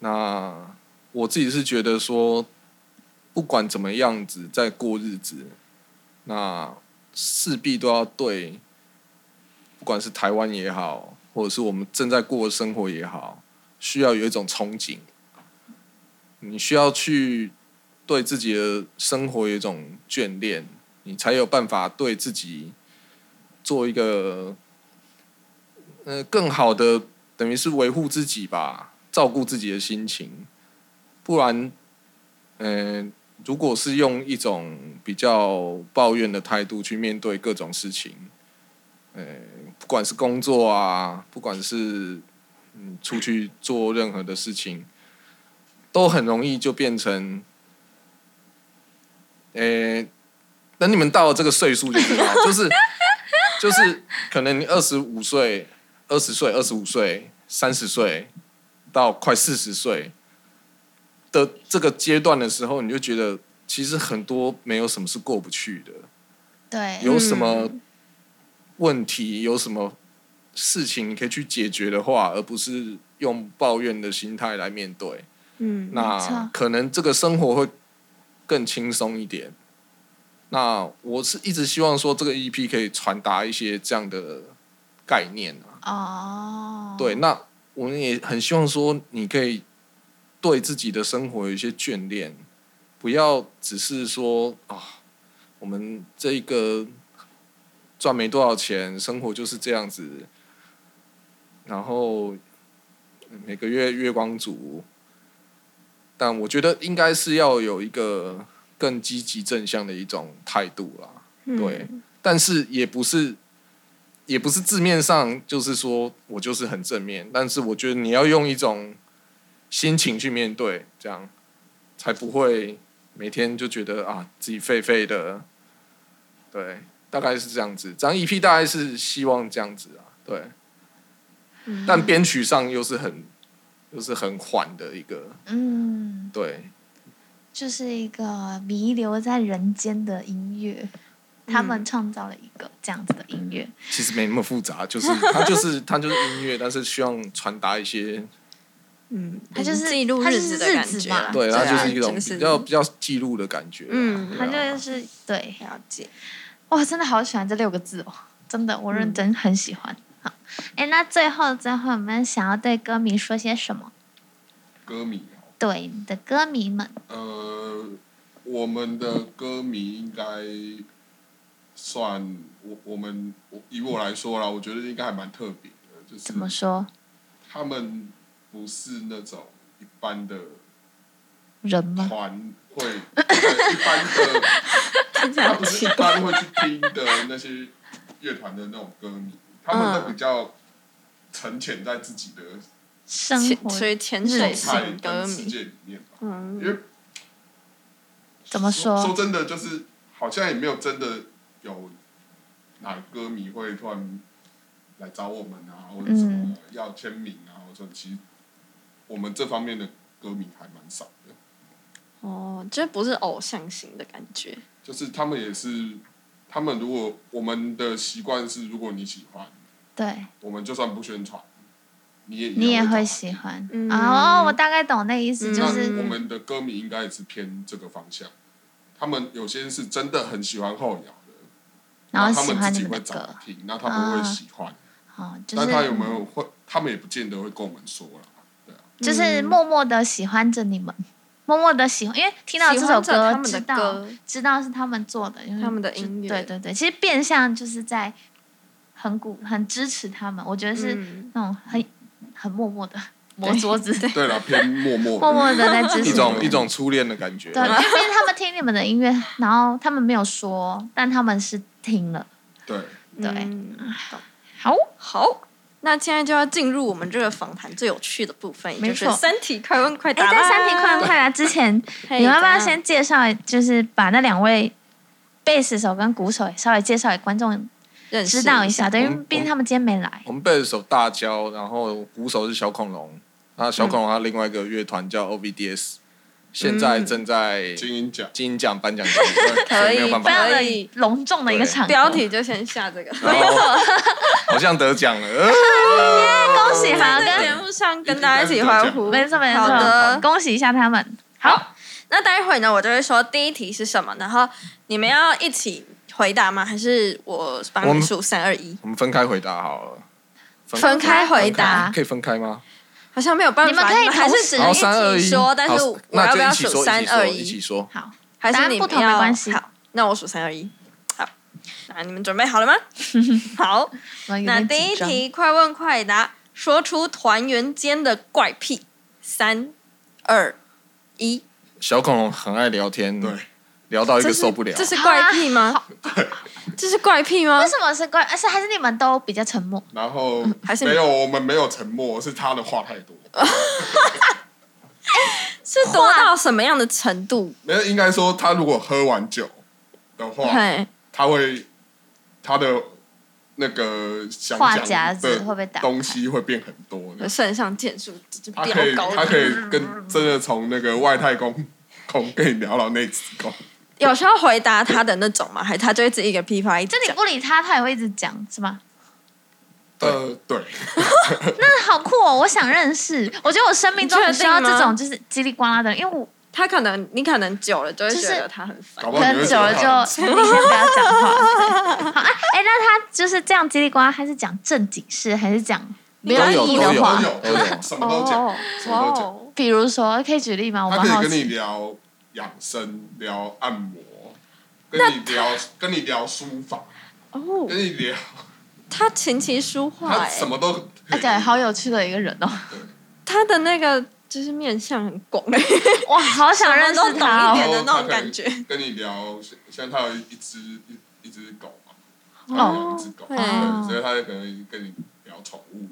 S7: 那我自己是觉得说，不管怎么样子在过日子，那势必都要对不管是台湾也好，或者是我们正在过的生活也好，需要有一种憧憬。你需要去对自己的生活有一种眷恋，你才有办法对自己做一个呃更好的，等于是维护自己吧，照顾自己的心情。不然，嗯、如果是用一种比较抱怨的态度去面对各种事情，不管是工作啊，不管是嗯出去做任何的事情，都很容易就变成，呃、等你们到了这个岁数就知道，就是就是可能你二十五岁、二十岁、二十五岁、三十岁到快四十岁的这个阶段的时候，你就觉得其实很多没有什么是过不去的。
S4: 对，
S7: 有什么问题、有什么事情你可以去解决的话，而不是用抱怨的心态来面对，
S2: 嗯，
S7: 那
S4: 错
S7: 可能这个生活会更轻松一点。那我是一直希望说，这个 EP 可以传达一些这样的概念啊。
S4: 哦，
S7: 对，那我们也很希望说，你可以对自己的生活有一些眷恋，不要只是说啊，我们这一个赚没多少钱，生活就是这样子，然后每个月月光族。但我觉得应该是要有一个更积极正向的一种态度啦。
S2: 嗯
S7: 对，但是也不是，也不是字面上就是说我就是很正面，但是我觉得你要用一种心情去面对，这样才不会每天就觉得啊自己废废的，对，大概是这样子。张 EP 大概是希望这样子啊，对，
S2: 嗯
S7: 但编曲上又是很又是很缓的一个，
S4: 嗯，
S7: 对，
S4: 就是一个弥留在人间的音乐，他
S5: 嗯
S4: 们创造了一个这样子的音乐。
S7: 其实没那么复杂，就是它就是它就是音乐，但是希望传达一些。
S2: 嗯，
S4: 它就是
S2: 记录
S4: 它就
S2: 日
S4: 是
S2: 子的感
S4: 日子
S2: 觉
S4: 嘛
S2: 啦，
S7: 对，它
S2: 啊
S7: 就是一种
S2: 就是
S7: 比较比较记录的感觉啊。
S2: 嗯
S7: 对
S4: 他
S7: 啊
S4: 就是对，
S2: 了解。
S4: 哇，真的好喜欢这六个字哦，真的，我
S5: 嗯
S4: 认真很喜欢。好，哎，那最后最后，我们想要对歌迷说些什么？
S5: 歌迷哦，
S4: 对你的歌迷们，
S5: 呃，我们的歌迷应该算我我们我以我来说啦，我觉得应该还蛮特别的，就是
S4: 怎么说？
S5: 他们不是那种一般的
S4: 人 吗？
S5: 团会，呃一般的
S2: 听起来
S5: 他
S2: 好
S5: 不是
S2: 奇
S5: 一
S2: 怪
S5: 般会去听的那些乐团的那种歌迷，他们会比较沉潜在自己的
S4: 生
S2: 潜
S4: 活
S2: 所以潜
S5: 状
S2: 水
S5: 态
S2: 型歌
S5: 跟世
S2: 迷，
S5: 界里面吧。因
S2: 嗯，
S5: 为
S4: 怎么
S5: 说
S4: 说？
S5: 真的，就是好像也没有真的有哪个歌迷会突然来找我们啊，或者什
S4: 嗯
S5: 么要签名啊，或者其实我们这方面的歌迷还蛮少的，
S2: 哦，这不是偶像型的感觉，
S5: 就是他们也是，他们如果我们的习惯是，如果你喜欢，
S4: 对，
S5: 我们就算不宣传，你也
S4: 你也会
S5: 会
S4: 喜欢。
S2: 嗯
S4: 哦，我大概懂那意思，
S2: 嗯
S5: 那
S4: 就是
S5: 我们的歌迷应该也是偏这个方向，他们有些是真的很喜欢后摇的，
S4: 然后
S5: 他
S4: 喜
S5: 们
S4: 欢
S5: 自
S4: 你
S5: 己
S4: 们的
S5: 会找
S4: 歌
S5: 来，听，那他们
S4: 啊
S5: 会喜欢，
S4: 哦，就
S5: 但
S4: 是
S5: 他有没有会，他们也不见得会跟我们说了。对啊，
S4: 就是
S2: 嗯
S4: 默默的喜欢着你们，默默的喜欢，因为听到这首
S2: 喜欢着
S4: 歌
S2: 他，们
S4: 知
S2: 的
S4: 道
S2: 歌
S4: 知道是他们做的，因为
S2: 他们的音乐
S4: 对对对，其实变相就是在很鼓很支持他们，我觉得是
S2: 嗯
S4: 那种很很默 默的磨桌子，
S5: 对了，偏默 默
S4: 默默
S5: 的，
S4: 的在支持你
S7: 一
S4: 们
S7: 种一种初恋的感觉。啊
S4: 对，因为毕竟他们听你们的音乐，然后他们没有说，但他们是听了，
S5: 对，
S4: 对
S2: 嗯
S4: 好。
S2: 好，那现在就要进入我们这个访谈最有趣的部分，也就是
S4: 没错
S2: 三题快问快
S4: 哎，
S2: 答啦。
S4: 在三题快问快答之前，
S2: 嘿
S4: 你们要不要
S2: 怎样
S4: 先介绍，就是把那两位贝斯手跟鼓手也稍微介绍给观众
S2: 认识
S4: 知道一下？对，因
S7: 我
S4: 为
S7: 们
S4: 毕竟他们今天没来。
S7: 我们贝斯手大焦，然后鼓手是小恐龙，那
S2: 嗯
S7: 小恐龙他另外一个乐团叫 OVDS，、现在正在
S5: 金鹰奖
S7: 金鹰奖颁奖 典礼，所
S2: 可以
S7: 没有办
S4: 非常
S7: 法，
S2: 可
S4: 的
S2: 以
S4: 隆重的一个场合，
S2: 标题就先下 这个。
S7: 然后 好像得奖了，呃
S4: 恭喜好
S2: 在节
S4: 跟
S2: 目上跟大家一起欢呼，
S4: 没错没
S2: 好
S4: 错
S2: 的，
S4: 恭喜一下他们。好，
S2: 那待会呢，我就会说第一题是什么，然后你们要一起回答吗？还是我帮你们数三二一？
S7: 我们分开回答好了，
S2: 分开回答
S7: 可以分开吗？
S2: 好像没有办法，
S4: 你们可以
S2: 还
S4: 同
S2: 是
S4: 时
S2: 只
S7: 然
S2: 能
S7: 后三二
S2: 一
S7: 一
S2: 起说，但是
S7: 好
S2: 我
S7: 那
S2: 要
S7: 就
S2: 不要
S7: 一起
S2: 数
S7: 说
S2: 三二
S7: 一起
S2: 一？
S7: 说，
S4: 好，
S2: 还
S4: 答
S2: 是
S4: 案
S2: 你
S4: 不
S2: 们
S4: 同没
S2: 要
S4: 关系
S2: 好，那我数三二一。好，那你们准备好了 吗？好，
S4: 我有
S2: 那
S4: 点
S2: 第一
S4: 紧张，
S2: 题快问快答，说出团员间的怪癖。三二一，
S7: 小恐龙很爱聊天，
S5: 对，
S7: 聊到一
S2: 这
S7: 个
S2: 是
S7: 受不了
S2: 这，是 怪癖吗？这是怪癖吗
S4: 为？什么是怪？而且还是你们都比较沉默，
S5: 然后
S2: 嗯还是
S5: 没有我们没有沉默，是他的话太多。
S2: 是多到什么样的程度？
S5: 没有，应该说他如果喝完酒 的话，
S2: 嘿，
S5: 他会他的那个想
S4: 话
S5: 讲
S4: 匣子
S5: 的
S4: 会被打开
S5: 东西会变很多。
S2: 肾上腺素就
S5: 他
S2: 飙
S5: 可以，
S2: 高
S5: 他啊可以跟真的从那个外太空空跟你聊到内子宫，
S2: 有需要回答他的那种吗？还是他就会自己一个噼啪一直
S4: 就你
S2: 讲？
S4: 不理他，他也会一直讲，是吗？
S5: 呃，对，
S4: 那好酷哦！我想认识，我觉得我生命中
S2: 你确
S4: 很需要
S2: 定吗
S4: 这种就是叽里呱啦的人，因为我
S2: 他可能你可能久了就会
S4: 就是
S2: 觉得他很烦
S5: 搞。不
S4: 可
S5: 好你
S4: 能
S5: 会
S4: 久了
S5: 觉
S4: 就
S5: 得
S4: 你先不要讲话。好，哎哎，那他就是这样叽里呱啦，他是讲正经事还是讲？
S2: 没
S7: 都有
S2: 意义
S7: 都
S2: 的
S7: 有
S2: 话
S5: 都，有都有什么都讲，什
S2: 哇
S5: 么都讲。
S2: 哦，
S4: 比如说，可以举例吗？我
S5: 他
S4: 蛮好
S5: 可以跟你
S4: 奇。
S5: 聊养生、聊按摩，跟你聊跟你聊书法，
S2: 哦
S5: 跟，你聊，
S2: 他琴棋书画、
S5: 他
S2: 哎
S5: 什么都
S4: 哎，对，好有趣的一个人哦！
S2: 他的那个就是面相很广、哎
S4: 哇，好想认识
S2: 什
S4: 他
S2: 么都懂一点
S4: 哦！
S2: 的那种
S5: 然后他可以
S2: 感觉
S5: 跟你聊，像像他有一只一一只狗嘛，
S4: 哦啊
S5: 他有一只狗，
S2: 对
S5: 对所以他就可能跟你聊宠物，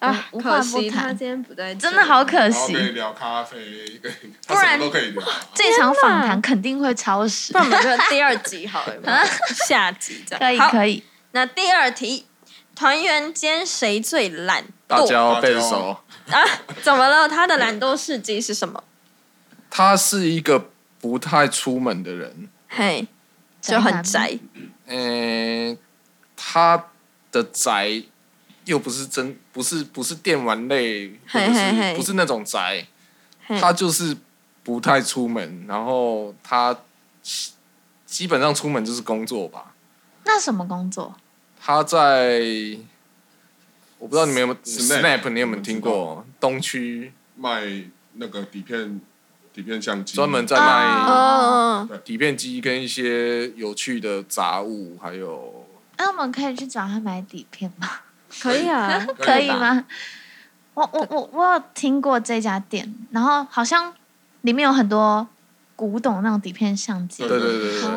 S2: 啊，
S4: 无话
S2: 可
S4: 不
S2: 惜他
S4: 谈
S2: 今天不在这里，
S4: 真的好可
S5: 然后跟你
S4: 惜，
S5: 聊咖啡，跟你
S4: 不
S5: 他
S4: 然
S5: 什么都可以聊。
S4: 这场访谈肯定会超时
S2: 不。然我们就第二集好了有没有， 下集这样。
S4: 可以
S2: 好
S4: 可以，
S2: 那第二题，团员间谁最懒
S7: 大
S2: 惰
S7: 焦
S5: 大
S7: 贝斯
S5: 焦
S7: 手，
S2: 啊？怎么了？他的懒惰事迹是什么？
S7: 他是一个不太出门的人，
S2: 嘿，就很
S4: 宅男
S2: 宅。
S7: 嗯，他的宅又不是真，不是不是电玩类，或
S2: 嘿
S7: 者
S2: 嘿
S7: 是
S2: 嘿
S7: 不是那种宅，
S2: 嘿
S7: 他就是不太出门，然后他基基本上出门就是工作吧。
S4: 那什么工作？
S7: 他在我不知道你们有没有
S5: Snap
S7: Snap，你有没有听过东区
S5: 卖那个底片底片相机，
S7: 专门在
S4: 啊
S7: 卖
S2: 哦，
S7: 底片机跟一些有趣的杂物，还有
S4: 那哎我们可以去找他买底片吗？
S2: 可以 啊，
S4: 可以
S5: 吧？
S4: 吗？我我我我有听过这家店，然后好像里面有很多古董那种底片相机
S7: 对。对对对对。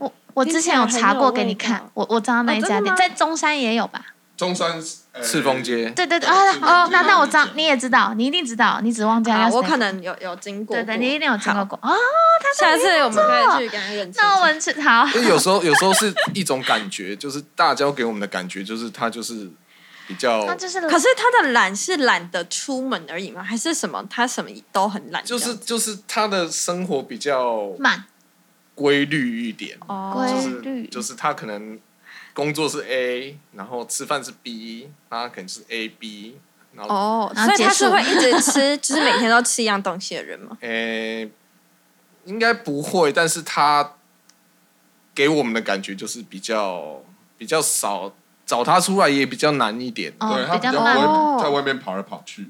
S4: 我我之前有查过给你看，我我知道那一家
S2: 哦真的
S4: 店
S2: 吗
S4: 在中山也有吧？
S5: 中山呃
S7: 赤峰，街，
S4: 对对对，
S5: 对
S4: 啊
S5: 赤峰
S4: 哦，
S5: 街
S4: 那那我知道
S5: 有一，家
S4: 你也知道，你一定知道，你只忘记了
S2: 好，
S4: 叫
S2: 我
S4: Snake
S2: 可能有有经过过，
S4: 啊对对，你一定有经过过啊。
S2: 好。下次我们可以去跟他认识。
S4: 那我们去好，
S7: 因为有时候有时候是一种感觉，就是大家给我们的感觉就是他就是比较
S4: 那就是
S2: 可是他的懒是懒得出门而已吗？还是什么？他什么都很懒这
S7: 就
S2: 样，
S7: 是就是他的生活比较
S4: 慢
S7: 规律一点，
S2: 哦，
S7: 就
S4: 规
S7: 是
S4: 律，
S7: 就是他可能工作是 A，然后吃饭是 B，他可能是 A B，然后
S2: 哦，
S4: 然
S2: 所
S4: 后
S2: 以他
S4: 结
S2: 是
S4: 束
S2: 会一直吃，就是每天都吃一样东西的人 吗？
S7: 诶、应该不会，但是他给我们的感觉就是比较比较少，找他出来也比较难一点。
S4: 哦
S5: 对他
S4: 比较
S5: 不会
S4: 慢，
S2: 哦
S5: 在外面跑来跑去，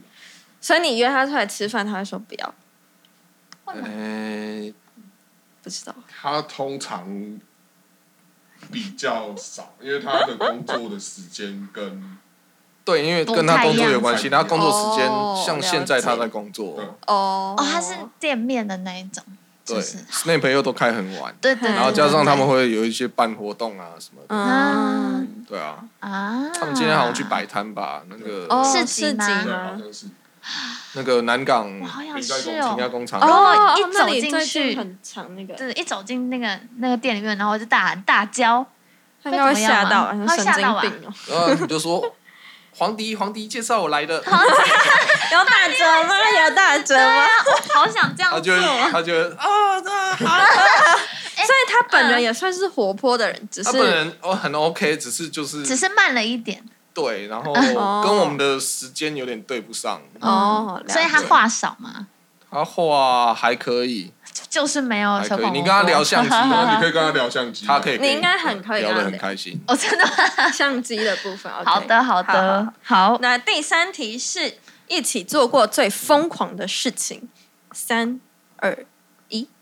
S2: 所以你约他出来吃饭，他会说不要，
S7: 诶、
S2: 不知道。
S5: 他通常比较少，因为他的工作的时间跟
S7: 对，因为
S4: 不
S7: 跟他
S4: 太
S7: 工
S4: 一
S7: 作
S4: 样
S7: 有关系，他工作时间
S2: 哦
S7: 像
S2: 了
S7: 现在他
S2: 解
S7: 在工作，
S5: 对
S2: 哦
S4: 哦，他是店面的那一种，
S7: 对
S4: 是
S7: ，Snap 又都开很晚，
S4: 对对，
S7: 然后
S4: 对
S7: 加上他
S4: 对
S7: 们会有一些办活动啊什么的，
S2: 嗯，
S4: 嗯
S7: 对啊，
S4: 啊，
S7: 他们今天好像去摆摊吧，那
S2: 哦，
S7: 个
S4: 市
S2: 市
S4: 集吗
S5: 对，
S2: 吗
S5: 好？像是
S7: 那个南港
S4: 我好想
S5: 平价
S4: 吃
S5: 工
S7: 平价
S4: 哦，
S7: 工厂啊
S4: 然，后
S2: 哦
S4: 一
S2: 哦那
S4: 走
S2: 里
S4: 进
S2: 最近
S4: 去
S2: 很长那个，
S4: 对，一走进那个那个店里面，然后我就大喊大叫，
S2: 他应该会吓到，
S4: 会怎么样吗
S2: 他神
S4: 他会吓到啊吧
S2: 经病哦，
S7: 然后你就说黄迪黄迪介绍我来的，
S2: 有打折吗？有打折吗？
S4: 好想这样做
S7: 他啊就会，
S2: 哦
S7: 他就会啊，那 好。
S4: 哎
S2: 所以他本
S4: 嗯
S2: 人也算是活泼的人，只
S7: 他本
S2: 是
S7: 人哦很 OK，只是就是
S4: 只是慢了一点
S7: 对，然后
S2: 哦
S7: 跟我们的时间有点对不上。
S2: 哦了解
S4: 所以他话少嘛，
S7: 他话还可以，
S4: 就就是没有
S2: 哦
S7: 还
S4: 小
S7: 可
S4: 广
S7: 以。
S4: 播。
S7: 你跟他聊相机，
S5: 然后你可
S7: 你
S5: 以跟他聊相 机，
S7: 他可以跟
S2: 你应该很可以啊
S7: 聊
S2: 跟
S7: 得
S2: 他
S7: 很
S2: 聊
S7: 开心。
S4: 哦，真的 吗？
S2: 相机的部分。OK
S4: 好的，好的，好，
S2: 那第三题是一起做过最疯狂的事情，三二，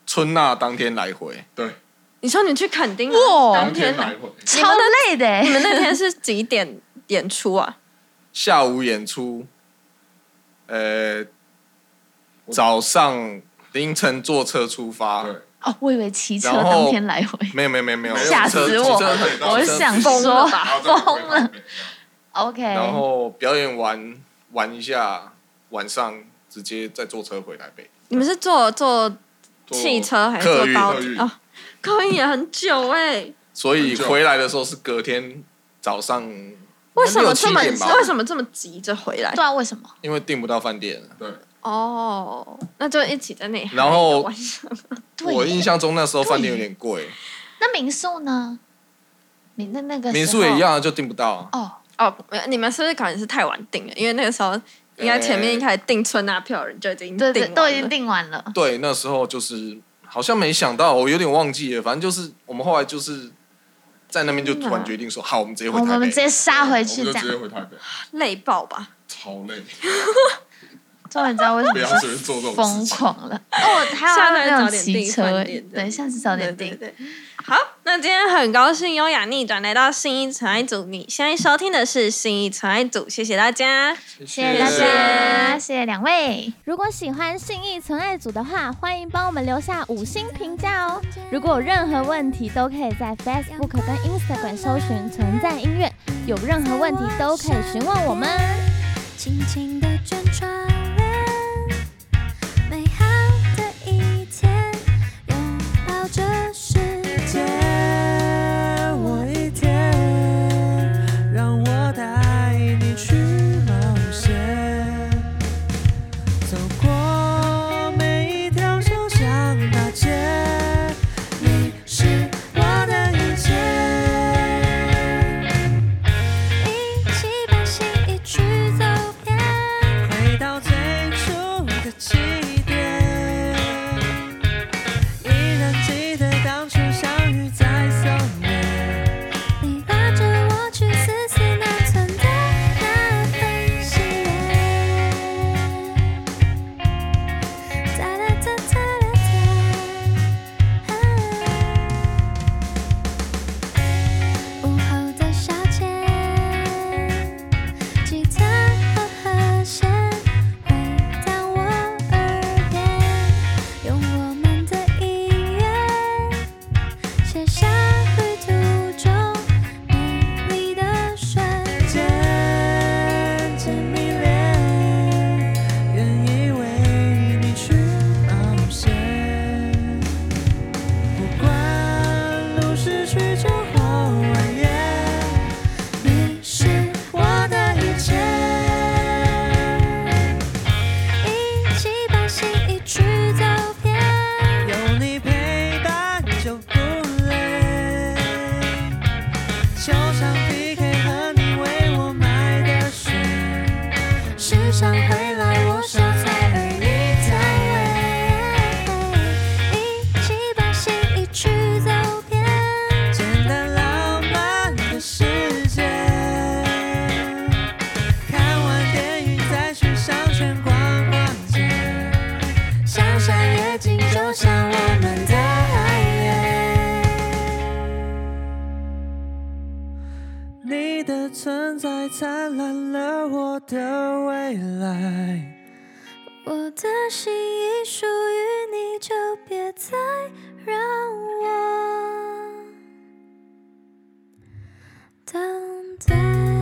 S7: 春娜当天来回，
S5: 对，
S2: 你说你去垦丁吗
S4: 哇
S5: 当
S2: 当
S5: 天
S2: 天
S5: 来
S2: 来，
S5: 回，
S4: 超累的
S2: 你
S4: 欸，
S2: 们那天是几点演出啊？
S7: 下午演出，呃，早上凌晨坐车出发，
S5: 对，
S4: 哦，我以为骑车
S7: 然后
S4: 当天来回。
S7: 没有没有没有没有，
S4: 吓死
S7: 骑车
S4: 我
S7: 骑车很
S4: 我
S7: 骑车
S4: 想
S7: 很
S4: 说
S2: 了
S5: 然
S2: 吧？
S5: 后再回台北
S4: OK，
S2: 欸
S7: 然后表演完玩一下，晚上直接再坐车回台北。
S2: 你们是坐坐
S5: 坐
S2: 汽车还是坐
S5: 客
S2: 高
S5: 运
S2: 铁啊？客运也很久哎，
S7: 所以
S5: 很久
S7: 回来的时候是隔天早上，
S2: 为什么
S7: 六七
S2: 这么
S7: 点吧
S2: 为什么这么急着回来
S4: 不知？道为什么
S7: 因为订不到饭店了。
S5: 对，
S2: 哦，那就一起在那里嗨
S7: 然后
S2: 一个晚上。
S4: 对
S7: 我印象中那时候
S4: 对
S7: 饭店有点贵，
S4: 那民宿呢？你那那个
S7: 民
S4: 时候
S7: 宿也一样啊就订不到啊。
S4: 哦，
S2: 哦，没有你们是不是可能是太晚订了？因为那个时候应该前面一开始订春那票的人就已经订
S4: 对对，
S2: 完
S4: 都已经
S2: 了
S4: 订完了。
S7: 对，那时候就是好像没想到，我有点忘记了。反正就是我们后来就是在那边就突然决定说，好，我们直接
S4: 嗯
S7: 回
S4: 我
S7: 台
S4: 们
S7: 北
S4: 直。接杀回
S5: 我
S4: 去，
S5: 们
S4: 这
S5: 就直接
S4: 样
S5: 回台北，
S2: 累爆吧？
S5: 超累，
S4: 终于知道为什
S5: 不
S4: 么
S5: 要
S4: 是
S5: 随便做这种事
S4: 疯
S5: 情。
S4: 狂了。哦，还有
S2: 下次
S4: 那
S2: 早
S4: 种
S2: 点
S4: 骑
S2: 订
S4: 车
S2: 饭，店
S4: 对，下次早
S2: 对
S4: 点
S2: 对
S4: 订。
S2: 对。好，那今天很高兴优雅逆转来到新一纯爱组，你现在收听的是新一纯爱组，谢谢大家。
S4: 谢谢大家，谢谢两位。
S8: 如果喜欢信义存爱组的话，欢迎帮我们留下五星评价哦。如果有任何问题，都可以在 Facebook 跟 Instagram 搜寻“存在音乐”，有任何问题都可以询问我们。
S1: 轻轻地卷窗帘，美好的一天，拥抱这世界。
S9: 借我一天，让我带你去冒险，走过每一条小巷大街，你是我的一切。
S1: 一起把心意去走遍，
S9: 回到最初的起点，依然记得当初相遇在松烟。
S1: 你拉着我去丝丝难存的南非喜悦。哒哒哒哒哒哒啊午后的消遣，吉他和和弦回荡我耳边，用我们的音乐。写下旅途中美丽的瞬间，
S9: 渐渐迷恋，愿意为你去冒险。不管路是曲折或蜿蜒，
S1: 你是
S9: 我的一切。
S1: 一起把心意去走遍，
S9: 有你陪伴就不累，就像 PK 和你为我买的水，时常回来我
S1: 我
S9: 烧
S1: 说
S9: 菜
S1: 菜
S9: 而
S1: 而
S9: 已。
S1: 已在味，一起把心意去走遍，
S9: 简单浪漫的世界，看完电影再去商圈逛逛街，想象夜景就像我们的爱恋。你的存在灿烂了我的未来，
S1: 我的心已属于你，就别再让我等待。